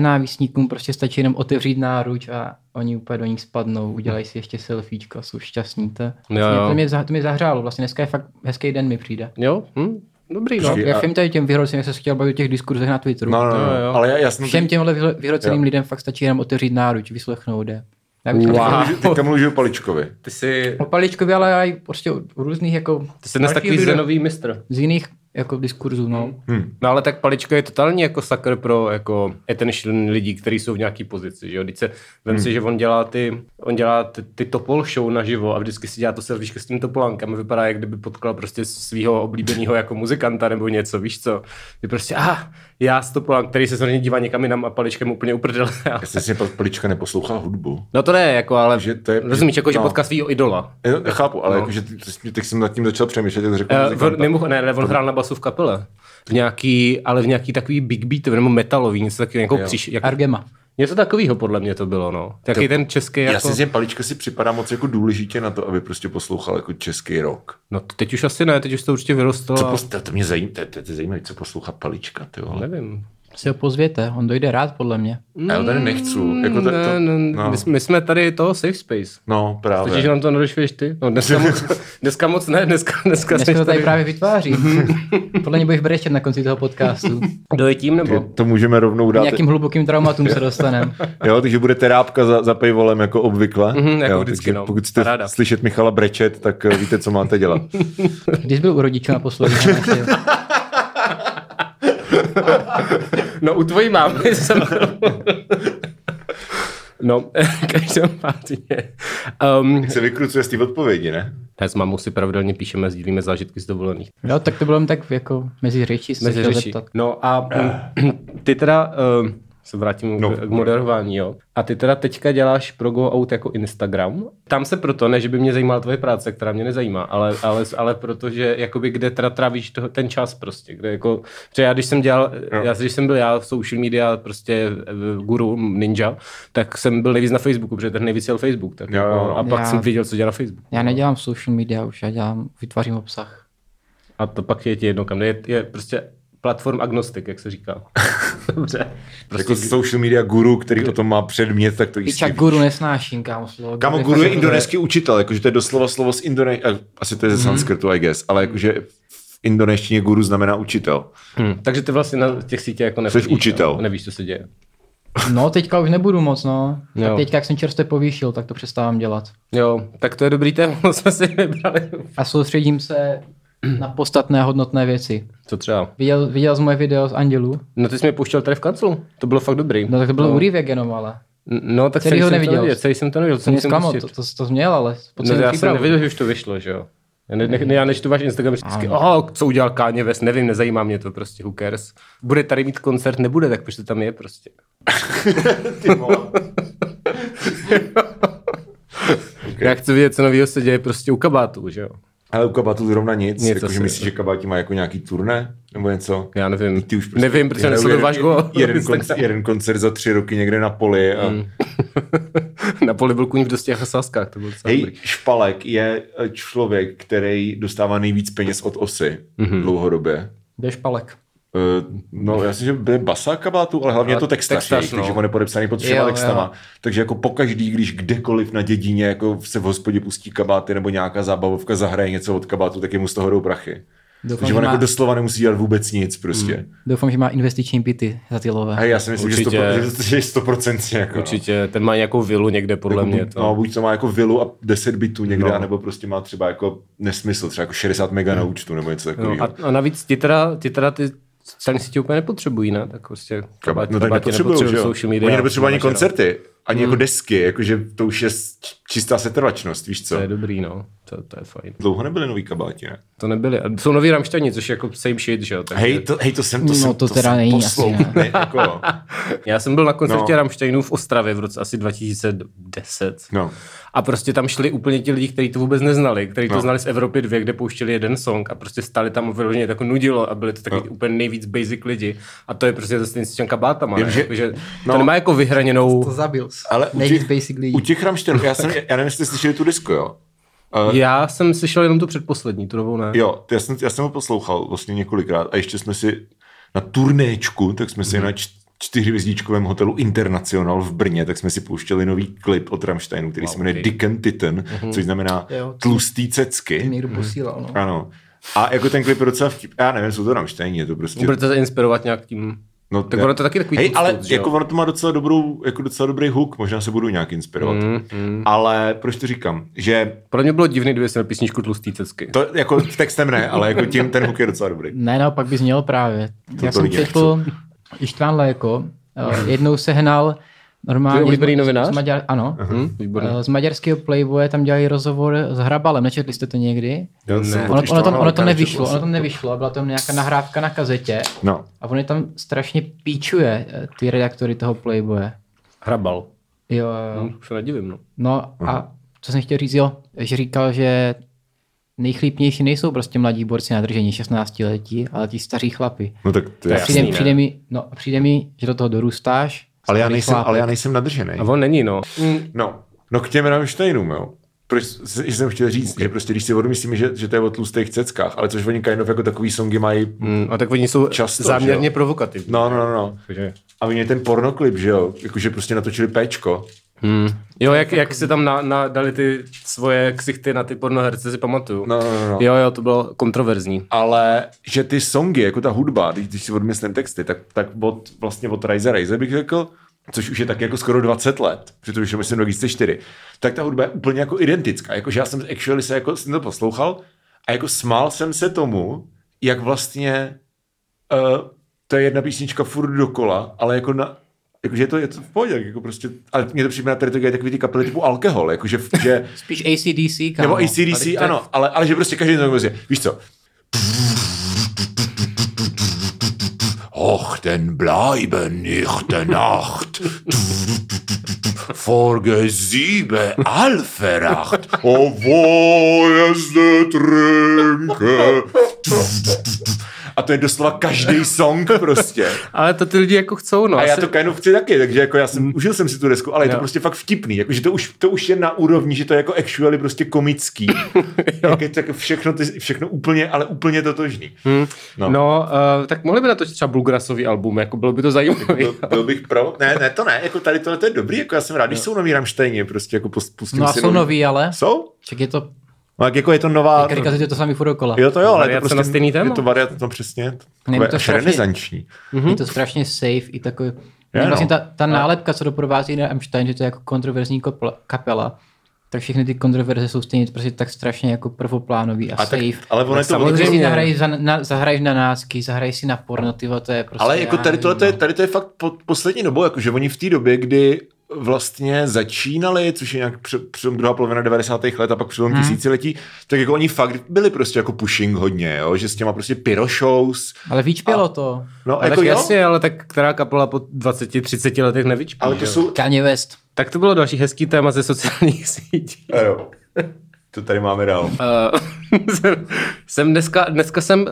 Speaker 1: nenávistníkům prostě stačí jenom otevřít náruč a oni úplně do nich spadnou, udělají si ještě selfiečko, jsou šťastní. To,
Speaker 3: Jo, jo.
Speaker 1: to, mě, zah- to mě zahřálo, vlastně dneska je fakt hezký den mi přijde.
Speaker 3: Jo? Hm? Dobrý, no.
Speaker 2: Počkej,
Speaker 1: Já všem tady těm vyhrocím, jak jsem se chtěl bavit o těch diskurzech na Twitteru.
Speaker 2: No, no, no,
Speaker 3: jo.
Speaker 2: ale já, já jsem...
Speaker 1: Všem těmhle vyhro- vyhroceným lidem fakt stačí jenom otevřít náruč, vyslechnout je. Já bych
Speaker 3: Wow.
Speaker 1: wow.
Speaker 2: Teďka mlužu- Teďka mluvím o Paličkovi.
Speaker 3: Ty jsi,
Speaker 1: O paličkovi, ale i prostě o o různých jako...
Speaker 3: ty jsi dnes
Speaker 1: dalších
Speaker 3: takový
Speaker 1: lidem-
Speaker 3: zenový mistr.
Speaker 1: Z jiných jako diskurzů, no.
Speaker 3: No ale tak palička je totálně jako sakr pro jako attention lidí, kteří jsou v nějaký pozici, že jo? Teď se, vem
Speaker 2: Hmm.
Speaker 3: si, že on dělá ty, on dělá ty, ty topol show naživo a vždycky si dělá to selfiečko s tím topolánkem a vypadá, jak kdyby potkal prostě svého oblíbeného jako muzikanta nebo něco, víš co? Je prostě, aha, já s topolánk, který se samozřejmě dívá někam jinam a paličkem úplně uprdele.
Speaker 2: Já jsem si Palička neposlouchal hudbu.
Speaker 3: No to ne, jako, ale
Speaker 2: Že to je-
Speaker 3: rozumíš, jako, že
Speaker 2: no.
Speaker 3: potká svého idola.
Speaker 2: Jo, chápu, ale
Speaker 3: No.
Speaker 2: no. jakože ty- ty- teď jsem nad tím začal přemýšlet, jak řekl
Speaker 3: Eh,
Speaker 2: Jako muzikanta.
Speaker 3: on, mimo, ne, ne, on hrál na basu v kapele. V nějaký, ale v nějaký takový big beat, nebo metalový, něco takového, jako příš, jak,
Speaker 1: Argema.
Speaker 3: něco takového podle mě to bylo, no. Taky ten český
Speaker 2: Já
Speaker 3: jako...
Speaker 2: si že Palička si připadá moc jako důležitě na to, aby prostě poslouchal jako český rock.
Speaker 3: No to teď už asi ne, teď už to určitě vyrostlo.
Speaker 2: Co
Speaker 3: a-
Speaker 2: pos- to, to mě zajímá, to, to, to je zajímavé, co poslouchá Palička, ty vole.
Speaker 3: Nevím.
Speaker 1: Si ho pozvěte, on dojde rád, podle mě.
Speaker 2: Ne. Já tady nechci. Jako to, to,
Speaker 3: Ne, ne,
Speaker 2: no,
Speaker 3: My, jsme- my jsme tady to safe space.
Speaker 2: no,
Speaker 3: Totiž
Speaker 2: právě.
Speaker 3: nám to nedošvěš ty. No dneska moc, dneska moc ne, dneska, dneska,
Speaker 1: Dneska
Speaker 3: seš
Speaker 1: to tady právě vytváří. Podle mě budeš brečet na konci toho podcastu.
Speaker 3: Dojetím nebo?
Speaker 2: To můžeme rovnou dát.
Speaker 1: Nějakým hlubokým traumatům se dostaneme.
Speaker 2: Jo, takže bude terápka za, za paywallem jako obvykle.
Speaker 3: Mhm, jako
Speaker 2: jo,
Speaker 3: vždycky,
Speaker 2: takže
Speaker 3: no.
Speaker 2: Pokud chcete
Speaker 3: Paráda.
Speaker 2: slyšet Michala brečet, tak eh, víte, co máte dělat.
Speaker 1: Když byl u rodičů na poslední
Speaker 3: No u tvojí mámy jsem... No, každopádně. Um,
Speaker 2: Se vykrucuje z té odpovědi, ne?
Speaker 3: Ne, s mamou si pravidelně píšeme, sdílíme zážitky z dovolených.
Speaker 1: Jo, No, tak to bylo jen tak jako mezi řečí se chtěl
Speaker 3: Mezi
Speaker 1: zeptat.
Speaker 3: No a mm, ty teda, uh, se vrátím
Speaker 2: Eh. No.
Speaker 3: no. k moderování, jo. A ty teda teďka děláš pro Go Out jako Instagram. Tam se proto, ne, že by mě zajímala tvoje práce, která mě nezajímá, ale, ale, ale protože jakoby kde teda trávíš to, ten čas prostě, kde jako, protože já když jsem dělal,
Speaker 2: Jo.
Speaker 3: já, když jsem byl já v social media prostě eh, guru ninja, tak jsem byl nejvíc na Facebooku, protože ten nejvíc jel Facebook. Tak, jako,
Speaker 2: Jo, jo, jo.
Speaker 3: A pak
Speaker 1: Já-
Speaker 3: jsem věděl, co dělá na Facebooku.
Speaker 1: Já nedělám social media už, já dělám, vytvářím obsah.
Speaker 3: A to pak je ti jedno kam. jde. Je, je prostě platform agnostik, jak se říká. Dobře.
Speaker 2: Prostě jako social media guru, který o tom má předmět, tak to jistě
Speaker 1: Piča guru nesnáším, kámo, slovo.
Speaker 2: Kamo
Speaker 1: To
Speaker 2: guru je
Speaker 1: fakt jako to
Speaker 2: indonéský učitel, jakože to je doslova slovo z Indone... eh, Asi
Speaker 3: Mhm.
Speaker 2: to je ze sanskrtu, I guess, ale jakože v indonéštině guru znamená učitel.
Speaker 3: Hm. Takže ty vlastně na těch sítě jako nechodíš.
Speaker 2: Hmm. učitel.
Speaker 3: No, nevíš, co se děje.
Speaker 1: No, teďka už nebudu moc, no.
Speaker 3: Jo.
Speaker 1: A teďka, jak jsem čerstvě povýšil, tak to přestávám dělat.
Speaker 3: Jo, tak to je dobrý téma, jsme si vybrali.
Speaker 1: A soustředím se na podstatné hodnotné věci.
Speaker 3: Co třeba?
Speaker 1: Viděl, viděl jsi moje video z Andělů?
Speaker 3: No ty jsi mě pouštěl tady v kanclu, to bylo fakt dobrý.
Speaker 1: No tak to byl
Speaker 3: no.
Speaker 1: úryvek jenom, ale.
Speaker 3: No tak
Speaker 1: Celý
Speaker 3: celý,
Speaker 1: ho
Speaker 3: jsem
Speaker 1: neviděl.
Speaker 3: to neviděl, celý jsem to neviděl,
Speaker 1: To
Speaker 3: co
Speaker 1: mě
Speaker 3: musím
Speaker 1: zklamal, to,
Speaker 3: pustit.
Speaker 1: to, to jsi měl, ale.
Speaker 3: No,
Speaker 1: Podcením
Speaker 3: já jsem
Speaker 1: přípravu.
Speaker 3: nevěděl, že už to vyšlo, že jo. Já, ne, ne, já než tu váš Instagram vždycky, oh, co udělal Kanye West, nevím, nezajímá mě to prostě, who cares. Bude tady mít koncert, nebude, tak proč to tam je prostě. Já chci vědět, co nového se děje prostě u kabátů, že jo.
Speaker 2: Ale u kabátu zrovna nic,
Speaker 3: Něco
Speaker 2: jakože
Speaker 3: si-
Speaker 2: myslíš, že kabáti má jako nějaký turné nebo něco?
Speaker 3: Já nevím,
Speaker 2: Ty už prostě
Speaker 3: nevím, protože
Speaker 2: hrajou
Speaker 3: nesleduju
Speaker 2: jeden-
Speaker 3: váš gol.
Speaker 2: Jeden, koncert, jeden koncert za tři roky někde na poli a
Speaker 3: Mm, Na poli byl kůň v dostěch a sáskách, to bylo docela
Speaker 2: Hej,
Speaker 3: dobrý.
Speaker 2: Špalek je eh, člověk, který dostává nejvíc peněz od osy
Speaker 3: Mhm.
Speaker 2: mm-hmm. dlouhodobě.
Speaker 1: Jdeš palek.
Speaker 2: Eh, No, já si že byl basa kabátu, ale hlavně
Speaker 3: Ale
Speaker 2: je to textař,
Speaker 3: textař,
Speaker 2: textař
Speaker 3: no.
Speaker 2: takže on je podepsaný pod
Speaker 1: Jo,
Speaker 2: všema
Speaker 1: jo.
Speaker 2: textama. Takže jako pokaždý, když kdekoliv na dědině jako se v hospodě pustí kabáty nebo nějaká zábavovka zahraje něco od kabátu, tak jemu z toho jdou prachy.
Speaker 1: Doufám,
Speaker 2: takže
Speaker 1: že
Speaker 2: on
Speaker 1: má-
Speaker 2: jako doslova nemusí dělat vůbec nic prostě.
Speaker 3: Hmm.
Speaker 2: Mm.
Speaker 1: Doufám, že má investiční byty za ty
Speaker 2: A
Speaker 1: lové.
Speaker 2: já si myslím,
Speaker 3: Určitě.
Speaker 2: že sto- že je stoprocentně. Jako, no.
Speaker 3: Určitě, ten má nějakou vilu někde, podle
Speaker 2: Jako,
Speaker 3: mě.
Speaker 2: buď,
Speaker 3: To.
Speaker 2: no, buď to má jako vilu a 10 bytů někde,
Speaker 3: No.
Speaker 2: no. anebo prostě má třeba jako nesmysl, třeba jako 60 mega na účtu nebo něco
Speaker 3: No,
Speaker 2: takového.
Speaker 3: a, a, navíc ti teda, ti teda ty sociální sítě úplně nepotřebují, ne? Tak prostě kabáti-
Speaker 2: no tak
Speaker 3: kabáti
Speaker 2: nepotřebují, že jo?
Speaker 3: social media.
Speaker 2: Oni nepotřebují ani
Speaker 3: Naše, no.
Speaker 2: koncerty, ani
Speaker 3: Hmm.
Speaker 2: jako desky, jakože to už je čistá setrvačnost, víš co?
Speaker 3: To je dobrý, no. To, to je fajn.
Speaker 2: Dlouho nebyly nový kabáti, ne?
Speaker 3: To nebyly. A jsou nový Ramštani, což je jako same shit, že jo? Takže-
Speaker 2: Hej, to, hej, to jsem, to
Speaker 1: No,
Speaker 2: jsem,
Speaker 1: to teda
Speaker 2: jsem
Speaker 1: není
Speaker 2: poslou,
Speaker 1: asi, ne.
Speaker 2: ne, jako,
Speaker 3: Já jsem byl na koncertě
Speaker 2: No.
Speaker 3: no. Rammsteinů v Ostravě v roce asi 2010.
Speaker 2: No.
Speaker 3: A prostě tam šli úplně ti lidi, kteří to vůbec neznali, kteří to
Speaker 2: No.
Speaker 3: znali z Evropy 2, kde pouštěli jeden song a prostě stali tam vyloženě jako nudilo a byli to taky no.
Speaker 2: No.
Speaker 3: úplně nejvíc basic lidi. A to je prostě zase něco s těm kabátama.
Speaker 2: Vím,
Speaker 3: ne?
Speaker 2: že-
Speaker 3: Jako, že no. To
Speaker 2: no.
Speaker 3: nemá jako vyhraněnou...
Speaker 1: To zabil.
Speaker 2: ale u
Speaker 1: Nejvíc
Speaker 2: těch,
Speaker 1: basic lidí.
Speaker 2: u těch Rammsteinů, já, jsem, já nevím, jestli jste slyšeli tu disku, jo?
Speaker 3: Já jsem slyšel jenom tu předposlední, tu novou ne.
Speaker 2: Eh. Jo, to já jsem, já jsem ho poslouchal vlastně několikrát a ještě jsme si na turnéčku, tak jsme
Speaker 3: Mhm.
Speaker 2: si na čt- čtyřhvězdičkovém hotelu International v Brně, tak jsme si pouštěli nový klip od Rammsteinu, který se jmenuje
Speaker 3: ty.
Speaker 2: Dick and Titan,
Speaker 3: Mhm.
Speaker 2: což znamená
Speaker 1: Jo, to-
Speaker 2: tlustý cecky.
Speaker 1: Někdo posílal, no.
Speaker 2: Ano. A jako ten klip je docela vtip. Já nevím, jsou to Rammsteini, je to prostě...
Speaker 3: Budete se inspirovat nějak tím...
Speaker 2: No,
Speaker 3: tak
Speaker 2: já-
Speaker 3: ono to taky takový
Speaker 2: Hej,
Speaker 3: tlustý,
Speaker 2: ale
Speaker 3: že jo?
Speaker 2: jako ono to má docela, dobrou, jako docela dobrý hook, možná se budu nějak inspirovat. Mm, mm. Ale proč to říkám? Že
Speaker 3: Pro mě bylo divný, kdyby se na písničku tlustý cecky.
Speaker 2: to jako textem ne, ale jako tím ten hook je docela dobrý.
Speaker 1: Ne, naopak bys měl právě.
Speaker 2: To
Speaker 1: Já
Speaker 2: to
Speaker 1: jsem
Speaker 2: lidi
Speaker 1: četl Ištván Léko, eh, jednou sehnal normálně...
Speaker 3: To je oblíbený
Speaker 1: z-
Speaker 3: novinář?
Speaker 1: Z Maďar, ano.
Speaker 3: Hm? Výborný.
Speaker 1: Eh, Z maďarského Playboye tam dělají rozhovor s Hrabalem, nečetli jste to někdy?
Speaker 2: Já jsem od
Speaker 1: Ono, ono,
Speaker 2: Štvana
Speaker 1: to, ono
Speaker 2: Velka
Speaker 1: to nevyšlo,
Speaker 2: nečetl
Speaker 1: ono to
Speaker 2: jsem.
Speaker 1: nevyšlo, byla tam nějaká nahrávka na kazetě
Speaker 2: No,
Speaker 1: a on je tam strašně píčuje, eh, ty redaktory toho Playboye.
Speaker 3: Hrabal.
Speaker 1: Jo, jo,
Speaker 2: Hmm.
Speaker 1: jo.
Speaker 3: Hm, se nedivím, no.
Speaker 1: No a co jsem chtěl říct, jo, že říkal, že nejchlípnější nejsou prostě mladí borci na držení 16 letí, ale ti staří chlapi.
Speaker 2: no tak to je
Speaker 3: Tak si
Speaker 1: Přijde,
Speaker 2: jasný.
Speaker 3: ne?
Speaker 1: přijde, mi, no, přijde mi, že do toho dorůstáš.
Speaker 2: Ale já,
Speaker 1: starý
Speaker 2: nejsem,
Speaker 1: chlápek.
Speaker 2: ale já nejsem nadržený.
Speaker 3: A on není, no.
Speaker 2: No, no k těm Rammsteinům, jo. Proč že jsem chtěl říct, okay. že prostě když si odmyslíme, že, že to je o tlustých ceckách, ale což oni kind of jako takový songy mají.
Speaker 3: Mm, a tak oni jsou
Speaker 2: Často,
Speaker 3: záměrně
Speaker 2: že jo?
Speaker 3: provokativní.
Speaker 2: No, no, no, no.
Speaker 3: Takže-
Speaker 2: A oni ten pornoklip, že jo, jakože prostě natočili péčko.
Speaker 3: Jo, jak, jak se tam na, na, dali ty svoje ksichty na ty pornoherce, si pamatuju.
Speaker 2: No, no, no.
Speaker 3: Jo, jo, to bylo kontroverzní.
Speaker 2: Ale že ty songy, jako ta hudba, když, když si odmyslím texty, tak, tak od, vlastně od Rise Rise bych řekl, což už je tak jako skoro 20 let, protože už je, myslím 2004, tak ta hudba je úplně jako identická. Jakože já jsem actually se jako jsem to poslouchal a jako smál jsem se tomu, jak vlastně uh, to je jedna písnička furt dokola, ale jako na, Jakože je to, je to v pohodě, jako prostě, ale mě to připomíná tady to, jak takový ty kapely typu alkohol, jakože, že
Speaker 1: Spíš ACDC, kámo.
Speaker 2: nebo ACDC,
Speaker 1: no. Tady to je-
Speaker 2: ano, ale, ale že prostě každý to prostě, víš co? Och, ten bleiben ich Nacht. Vorgesiebe Alferacht. O wo es de trinke. A to je doslova každý song prostě.
Speaker 3: Ale to ty lidi jako chcou, no.
Speaker 2: A já
Speaker 3: Asi- Mm.
Speaker 2: to kind of chci taky, takže jako já jsem, užil jsem si tu desku, ale je to
Speaker 3: Jo.
Speaker 2: prostě fakt vtipný, jakože to už, to už je na úrovni, že to je jako actually prostě komický. Jak je to jako všechno, ty, všechno úplně, ale úplně totožný.
Speaker 3: Hm.
Speaker 2: No.
Speaker 3: No, no uh, tak mohli by natočit třeba bluegrassový album, jako bylo by to zajímavé.
Speaker 2: Byl, byl, bych pro... Ne, ne, to ne, jako tady tohle to je dobrý, jako já jsem rád, když jsou nový Rammsteině, prostě jako pust- pustím
Speaker 1: No a
Speaker 2: si
Speaker 1: jsou nový, ale.
Speaker 2: Jsou?
Speaker 1: Ček je to,
Speaker 2: No tak jako je to nová...
Speaker 1: karikace, je to samý furt dokola.
Speaker 2: Jo, to jo, ale je to
Speaker 3: Variace
Speaker 2: prostě...
Speaker 3: na stejný téma.
Speaker 2: Je to variace, no přesně.
Speaker 1: Není
Speaker 2: Takové
Speaker 1: to
Speaker 2: až
Speaker 1: strašně-
Speaker 2: renesanční.
Speaker 1: Je to strašně safe i takový.
Speaker 2: Je,
Speaker 1: Yeah,
Speaker 2: Mhm. no.
Speaker 1: vlastně ta, ta nálepka, co doprovází na Einstein, že to je jako kontroverzní kopla- kapela, tak všechny ty kontroverze jsou stejně prostě tak strašně jako prvoplánový a,
Speaker 2: A tak,
Speaker 1: safe.
Speaker 2: ale ono je to
Speaker 1: Samozřejmě.
Speaker 3: samozřejmě.
Speaker 1: si zahrají, za, na, zahraješ na násky, zahraješ si na porno, ty vole, to je prostě...
Speaker 2: Ale jako
Speaker 1: já
Speaker 2: tady, tohle
Speaker 1: nevím,
Speaker 2: to je,
Speaker 1: no.
Speaker 2: tady to je fakt po, poslední dobou, jakože oni v té době, kdy vlastně začínali, což je nějak před, před druhá polovina 90. let a pak přelom hmm. tisíciletí, tak jako oni fakt byli prostě jako pushing hodně, jo? že s těma prostě pyro shows.
Speaker 1: Ale výčpělo to.
Speaker 2: No
Speaker 3: Ale
Speaker 2: jako
Speaker 3: jako
Speaker 2: jo,
Speaker 3: jasně, ale tak která kapela po 20-30 letech nevyčpí.
Speaker 2: ale to
Speaker 3: že jo?
Speaker 2: jsou...
Speaker 1: Kanye West.
Speaker 3: Tak to bylo další hezký téma ze sociálních sítí.
Speaker 2: A jo, to tady máme dál.
Speaker 3: Eh, jsem- jsem dneska, dneska jsem uh,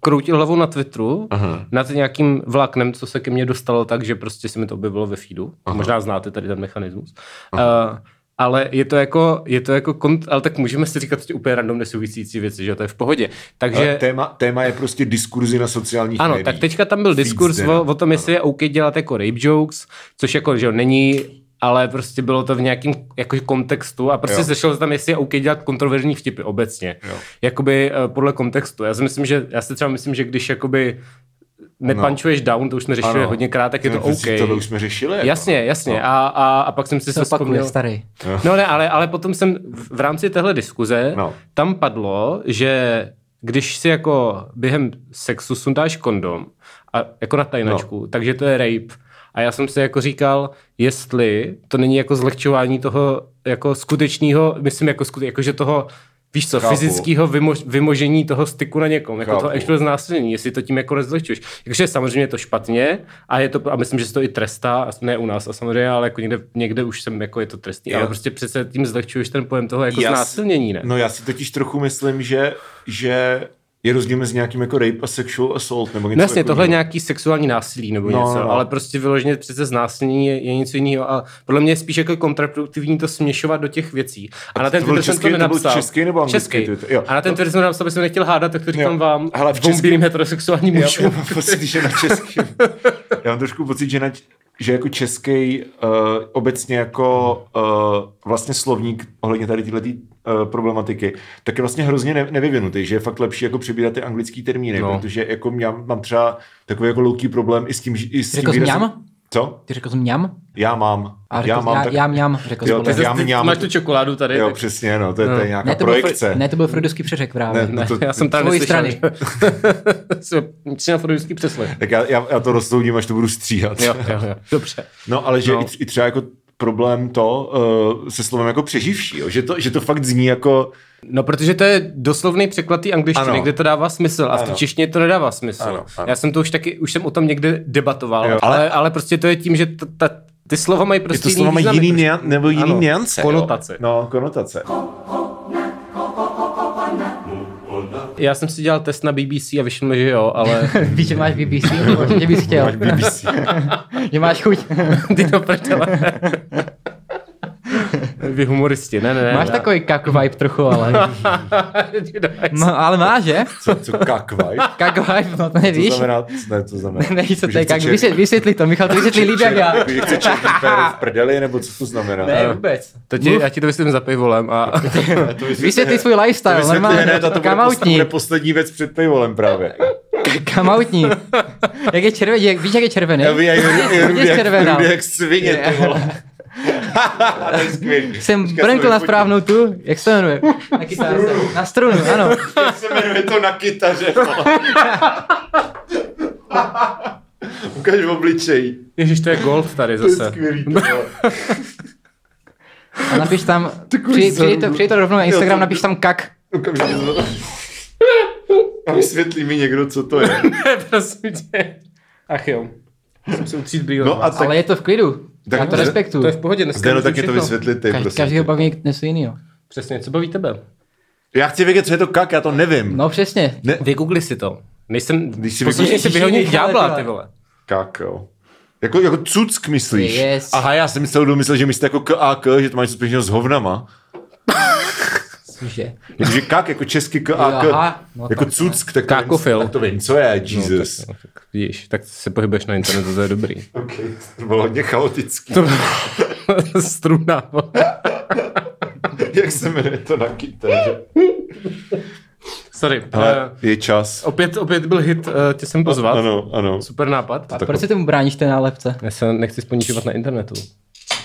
Speaker 3: kroutil hlavou na Twitteru
Speaker 2: Aha.
Speaker 3: nad nějakým vláknem, co se ke mně dostalo tak, že prostě se mi to objevilo ve feedu. Aha. Možná znáte tady ten mechanismus. Uh, ale je to jako, je to jako kont- ale tak můžeme si říkat prostě úplně random nesouvisící věci, že to je v pohodě.
Speaker 2: Že...
Speaker 3: Takže,
Speaker 2: Téma, téma je prostě diskurzy na sociálních
Speaker 3: ano,
Speaker 2: médiích.
Speaker 3: tak teďka tam byl
Speaker 2: Feeds
Speaker 3: diskurs
Speaker 2: teda.
Speaker 3: o, o tom, jestli je OK dělat jako rape jokes, což jako, že jo, není, ale prostě bylo to v nějakém jako kontextu a prostě
Speaker 2: Jo.
Speaker 3: sešlo se tam, jestli je OK dělat kontroverzní vtipy obecně.
Speaker 2: Jo.
Speaker 3: Jakoby eh, podle kontextu. Já si myslím, že, já si třeba myslím, že když jakoby nepančuješ no. down, to už jsme řešili
Speaker 2: Ano.
Speaker 3: hodněkrát, tak je to
Speaker 2: No, prostě
Speaker 3: OK.
Speaker 2: Tohle už jsme řešili. jako.
Speaker 3: Jasně, jasně.
Speaker 2: No.
Speaker 3: A, a, a pak jsem si
Speaker 1: To
Speaker 3: se
Speaker 1: opakuje,
Speaker 3: vzpomněl.
Speaker 1: starý.
Speaker 3: No ne, ale, ale potom jsem v- v rámci téhle diskuze,
Speaker 2: No.
Speaker 3: no. tam padlo, že když si jako během sexu sundáš kondom a jako na tajnačku, no. takže to je rape. A já jsem si jako říkal, jestli to není jako zlehčování toho jako skutečného, myslím jako, skute, jako že toho Víš co,
Speaker 2: Chápu.
Speaker 3: fyzického vymož, vymožení toho styku na někom, jako
Speaker 2: Chápu.
Speaker 3: toho actual znásilnění, jestli to tím jako nezlehčuješ. Takže samozřejmě je to špatně a je to, a myslím, že se to i trestá, a ne u nás a samozřejmě, ale jako někde, někde už jsem, jako je to trestný,
Speaker 2: Jo.
Speaker 3: ale prostě přece tím zlehčuješ ten pojem toho jako
Speaker 2: Já s-
Speaker 3: znásilnění, ne?
Speaker 2: No já si totiž trochu myslím, že, že je rozdíl mezi nějakým jako rape a sexual assault nebo něco
Speaker 3: No jasně, tohle je
Speaker 2: jiného.
Speaker 3: nějaký sexuální násilí nebo
Speaker 2: No,
Speaker 3: no, něco,
Speaker 2: no.
Speaker 3: no. ale prostě vyloženě přece znásilnění je, je něco jiného a podle mě je spíš jako kontraproduktivní to směšovat do těch věcí. A,
Speaker 2: A
Speaker 3: na ten
Speaker 2: to byl
Speaker 3: Twitter jsem
Speaker 2: český-
Speaker 3: to
Speaker 2: to byl
Speaker 3: nenapsal.
Speaker 2: český nebo anglický
Speaker 3: Český.
Speaker 2: Twitter? Jo.
Speaker 3: A na ten Twitter jsem to nenapsal, protože jsem nechtěl hádat, tak to říkám
Speaker 2: Jo.
Speaker 3: vám,
Speaker 2: Hele, v
Speaker 3: v českým...
Speaker 2: českým-
Speaker 3: heterosexuální
Speaker 2: Já,
Speaker 3: mužů.
Speaker 2: já mám pocit, že na českým. Já mám trošku pocit, že, na, č- že jako český uh, obecně jako uh, vlastně slovník ohledně tady této uh, problematiky, tak je vlastně hrozně ne, nevyvinutý, že je fakt lepší jako přibírat ty anglický termíny, no.
Speaker 3: No.
Speaker 2: protože jako já mám třeba takový jako louký problém i s tím, že- i s tím
Speaker 1: Řekl jsi
Speaker 2: výrazem-
Speaker 1: mňam?
Speaker 2: Co?
Speaker 1: Ty řekl jsem mňam?
Speaker 2: Já mám.
Speaker 1: A řekl
Speaker 2: já
Speaker 1: jsi-
Speaker 2: mám.
Speaker 1: já-
Speaker 2: tak...
Speaker 1: já mňam, řekl
Speaker 2: jo,
Speaker 1: jsi
Speaker 2: tak
Speaker 1: podle
Speaker 2: já
Speaker 3: Ty
Speaker 2: mňam.
Speaker 3: máš tu čokoládu tady.
Speaker 2: Jo,
Speaker 3: tak-
Speaker 2: přesně, no, to je, to je nějaká
Speaker 1: Ne, to byl,
Speaker 2: projekce.
Speaker 1: Fre- ne, to byl freudovský přeřek právě.
Speaker 2: Ne, no to-
Speaker 3: Já jsem
Speaker 1: Z
Speaker 3: tam
Speaker 1: tvojí
Speaker 3: neslyšel.
Speaker 1: strany.
Speaker 3: Jsem Přijel fotografský přeslech.
Speaker 2: Tak já, já, já to rozsoudím, až to budu stříhat.
Speaker 3: Jo, jo, jo. Dobře.
Speaker 2: No, ale že no.
Speaker 3: No.
Speaker 2: I, tř- i třeba jako problém to uh, se slovem jako přeživší, jo? Že, to, že to fakt zní jako...
Speaker 3: No, protože to je doslovný překlad té angličtiny,
Speaker 2: Ano.
Speaker 3: ano. kde to dává smysl a v
Speaker 2: Ano.
Speaker 3: té češtině to nedává smysl.
Speaker 2: Ano, ano.
Speaker 3: Já jsem to už taky, už jsem o tom někde debatoval,
Speaker 2: Jo.
Speaker 3: ale, ale, ale prostě to je tím, že ta, ta, ty slova mají prostě
Speaker 2: Prostě to slovo má
Speaker 3: významy,
Speaker 2: jiný
Speaker 3: prostě.
Speaker 2: nia, nebo jiný ano,
Speaker 3: Ano,
Speaker 2: niance.
Speaker 3: konotace.
Speaker 2: Jo? No, konotace.
Speaker 3: Já jsem si dělal test na BBC a vyšlo mi, že jo, ale
Speaker 1: Víš, že máš BBC? Že bys chtěl.
Speaker 2: Máš BBC.
Speaker 1: Že máš chuť.
Speaker 3: ty do prdele. Vy humoristi, ne, ne, ne.
Speaker 1: Máš
Speaker 3: ne.
Speaker 1: takový kak vibe trochu, ale... No, ale má, že?
Speaker 2: Co, co kakvaj?
Speaker 1: Kak vibe, no to
Speaker 2: To
Speaker 1: nevíš.
Speaker 2: znamená, ne, to znamená.
Speaker 1: Nevíš, co
Speaker 2: Že
Speaker 1: to je
Speaker 2: chce
Speaker 1: kak.
Speaker 2: čer-
Speaker 1: Vysvětli, vysvětli to, Michal, to vysvětli líp jak já.
Speaker 2: Jakože chce černý péro v prdeli, nebo co to znamená?
Speaker 1: Ne, vůbec.
Speaker 3: To ti, já ti to vysvětlím za pivolem a
Speaker 2: to
Speaker 1: Vysvětli svůj lifestyle,
Speaker 2: to vysvětli,
Speaker 1: normálně,
Speaker 2: ne, to, to bude, pos, to
Speaker 1: kamoutní.
Speaker 2: bude poslední věc před pivolem právě.
Speaker 1: Kamoutní. Jak je červený, jak, víš, jak je červený?
Speaker 2: Já ví, jak
Speaker 1: Hodně
Speaker 2: rudě jak,
Speaker 1: červená.
Speaker 2: rudě jak svině, ty vole. to je skvělý.
Speaker 1: Jsem
Speaker 2: Teďka se
Speaker 1: brnkl na
Speaker 2: vyfotím.
Speaker 1: správnou tu, jak se jmenuje? Na kytáře. Na strunu, ano.
Speaker 2: Jak se jmenuje to na kytaře? vole? Ukaž v obličej.
Speaker 3: ježiš, to je golf tady
Speaker 2: To je
Speaker 3: zase.
Speaker 2: skvělý. to vole.
Speaker 1: A napiš tam, přij, přijď, to, přijď to rovnou na
Speaker 2: Jo, to-
Speaker 1: Instagram, napiš tam kak.
Speaker 2: Okamžitě to- A vysvětlí mi někdo, co to je.
Speaker 3: Ne, prosím tě. Ach jo. Musím se utřít brýle.
Speaker 2: No a tak,
Speaker 1: Ale je to v klidu.
Speaker 2: Tak
Speaker 1: Já to
Speaker 2: dobře,
Speaker 1: respektuju.
Speaker 3: To je v pohodě, dneska
Speaker 2: Zdeno,
Speaker 3: můžu
Speaker 2: no, tak je prostě. to
Speaker 3: všechno.
Speaker 2: vysvětlit ty,
Speaker 1: Každý,
Speaker 2: prosím.
Speaker 1: každýho baví něco jiného.
Speaker 3: Přesně, co baví tebe?
Speaker 2: Já chci vědět, co je to kak, já to nevím.
Speaker 1: No přesně.
Speaker 3: Vygoogli si to. Nejsem,
Speaker 2: Když
Speaker 3: Když
Speaker 2: si
Speaker 3: si
Speaker 2: vykočíš-
Speaker 3: poslušně si vyhodit
Speaker 1: Michale,
Speaker 3: ďábla,
Speaker 1: tyhle.
Speaker 3: ty vole.
Speaker 2: Kakao. Jako, jako cuck myslíš?
Speaker 1: Yes.
Speaker 2: Aha, já jsem myslel, myslel, že myslíte jako k a k, že to máš něco společného s hovnama.
Speaker 1: Cože?
Speaker 2: Jakože kak, jako česky k a k.
Speaker 1: Jo, aha, no
Speaker 2: jako
Speaker 1: tak
Speaker 2: cuck, tak to,
Speaker 3: Kakofil.
Speaker 2: Vím, tak to vím, co je, Jesus.
Speaker 3: No, tak, tak vidíš, tak se pohybuješ na internetu, to je dobrý.
Speaker 2: No, okay. To bylo hodně chaotický.
Speaker 3: To struna, vole.
Speaker 2: Jak se jmenuje to na kytaře?
Speaker 3: Sorry.
Speaker 2: Ale
Speaker 3: eh,
Speaker 2: je čas.
Speaker 3: Opět, opět byl hit, uh, tě jsem pozval.
Speaker 2: Ano, ano.
Speaker 3: Super nápad.
Speaker 1: A proč se tomu bráníš té nálepce?
Speaker 3: Já se nechci ponižovat na internetu.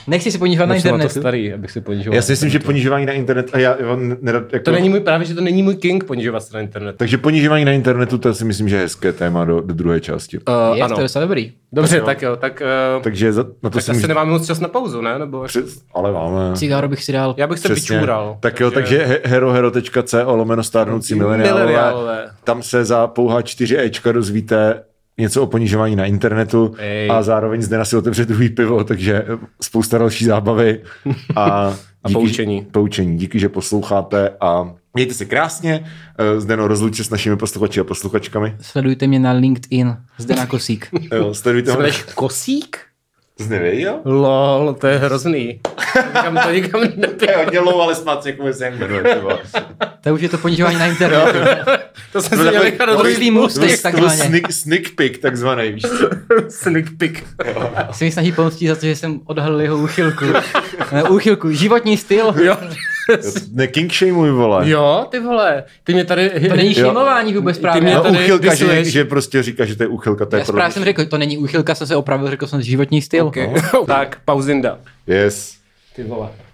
Speaker 1: Nechci si ponižovat na
Speaker 3: Jsem na to
Speaker 1: internetu.
Speaker 3: starý, abych si ponižoval.
Speaker 2: Já si myslím, že ponižování na internet a já, já nerad, jako,
Speaker 3: To není můj, právě, že to není můj king ponižovat se na internetu.
Speaker 2: Takže ponižování na internetu, to si myslím, že je hezké téma do, do druhé části.
Speaker 3: Uh,
Speaker 1: Je,
Speaker 3: ano.
Speaker 1: to je docela dobrý.
Speaker 3: Dobře, tak jo, tak, uh, tak
Speaker 2: Takže za, na to si
Speaker 3: asi
Speaker 2: můžete...
Speaker 3: nemáme moc čas na pauzu, ne? Nebo...
Speaker 2: Přes, ale máme.
Speaker 1: Cigáro bych si dal.
Speaker 3: Já bych se vyčůral.
Speaker 2: Tak jo, takže he- herohero.co lomeno stárnoucí mileniálové.
Speaker 3: Mileniálové.
Speaker 2: Tam se za pouhá 4 Ečka dozvíte něco o ponižování na internetu
Speaker 3: Ej.
Speaker 2: a zároveň zde si otevře druhý pivo, takže eh, spousta další zábavy a, díky,
Speaker 3: poučení.
Speaker 2: poučení. Díky, že posloucháte a mějte se krásně. Eh, Zdeno, rozluč se s našimi posluchači a posluchačkami. Eh,
Speaker 1: Sledujte mě na LinkedIn. Zde na kosík.
Speaker 2: Jo, sledujte ho.
Speaker 3: Jmeneš Kosík?
Speaker 2: Jsi nevěděl?
Speaker 3: Lol, to je hrozný. Nikam to nikam
Speaker 2: To
Speaker 3: nepěl.
Speaker 2: je hodně low, ale snad se někomu se jak jmenuje. ty vole.
Speaker 1: To už je to ponižování na internetu.
Speaker 3: To jsem si měl nechat do druhý
Speaker 1: Oslý můstek,
Speaker 2: To byl
Speaker 1: takzvaně.
Speaker 2: sneak- Sneak pick, takzvaný, víš co?
Speaker 3: sneak peek.
Speaker 1: Se mi snaží pomstit za to, že jsem odhalil jeho úchylku. Ne, úchylku, životní styl.
Speaker 3: Jo,
Speaker 2: Ne, king shameuj, vole.
Speaker 3: jo, ty vole. Ty mě tady...
Speaker 1: To není
Speaker 2: Jo.
Speaker 1: šímování vůbec
Speaker 3: Ty
Speaker 1: právě.
Speaker 3: mě
Speaker 2: No,
Speaker 3: tady
Speaker 2: uchylka, že,
Speaker 3: disuješ.
Speaker 2: že prostě říká, že to je uchylka, to je
Speaker 1: Já správně jsem řekl, to není úchylka, jsem se opravil, řekl jsem životní styl.
Speaker 3: Okay. tak, pauzinda.
Speaker 2: Yes.
Speaker 3: Ty vole.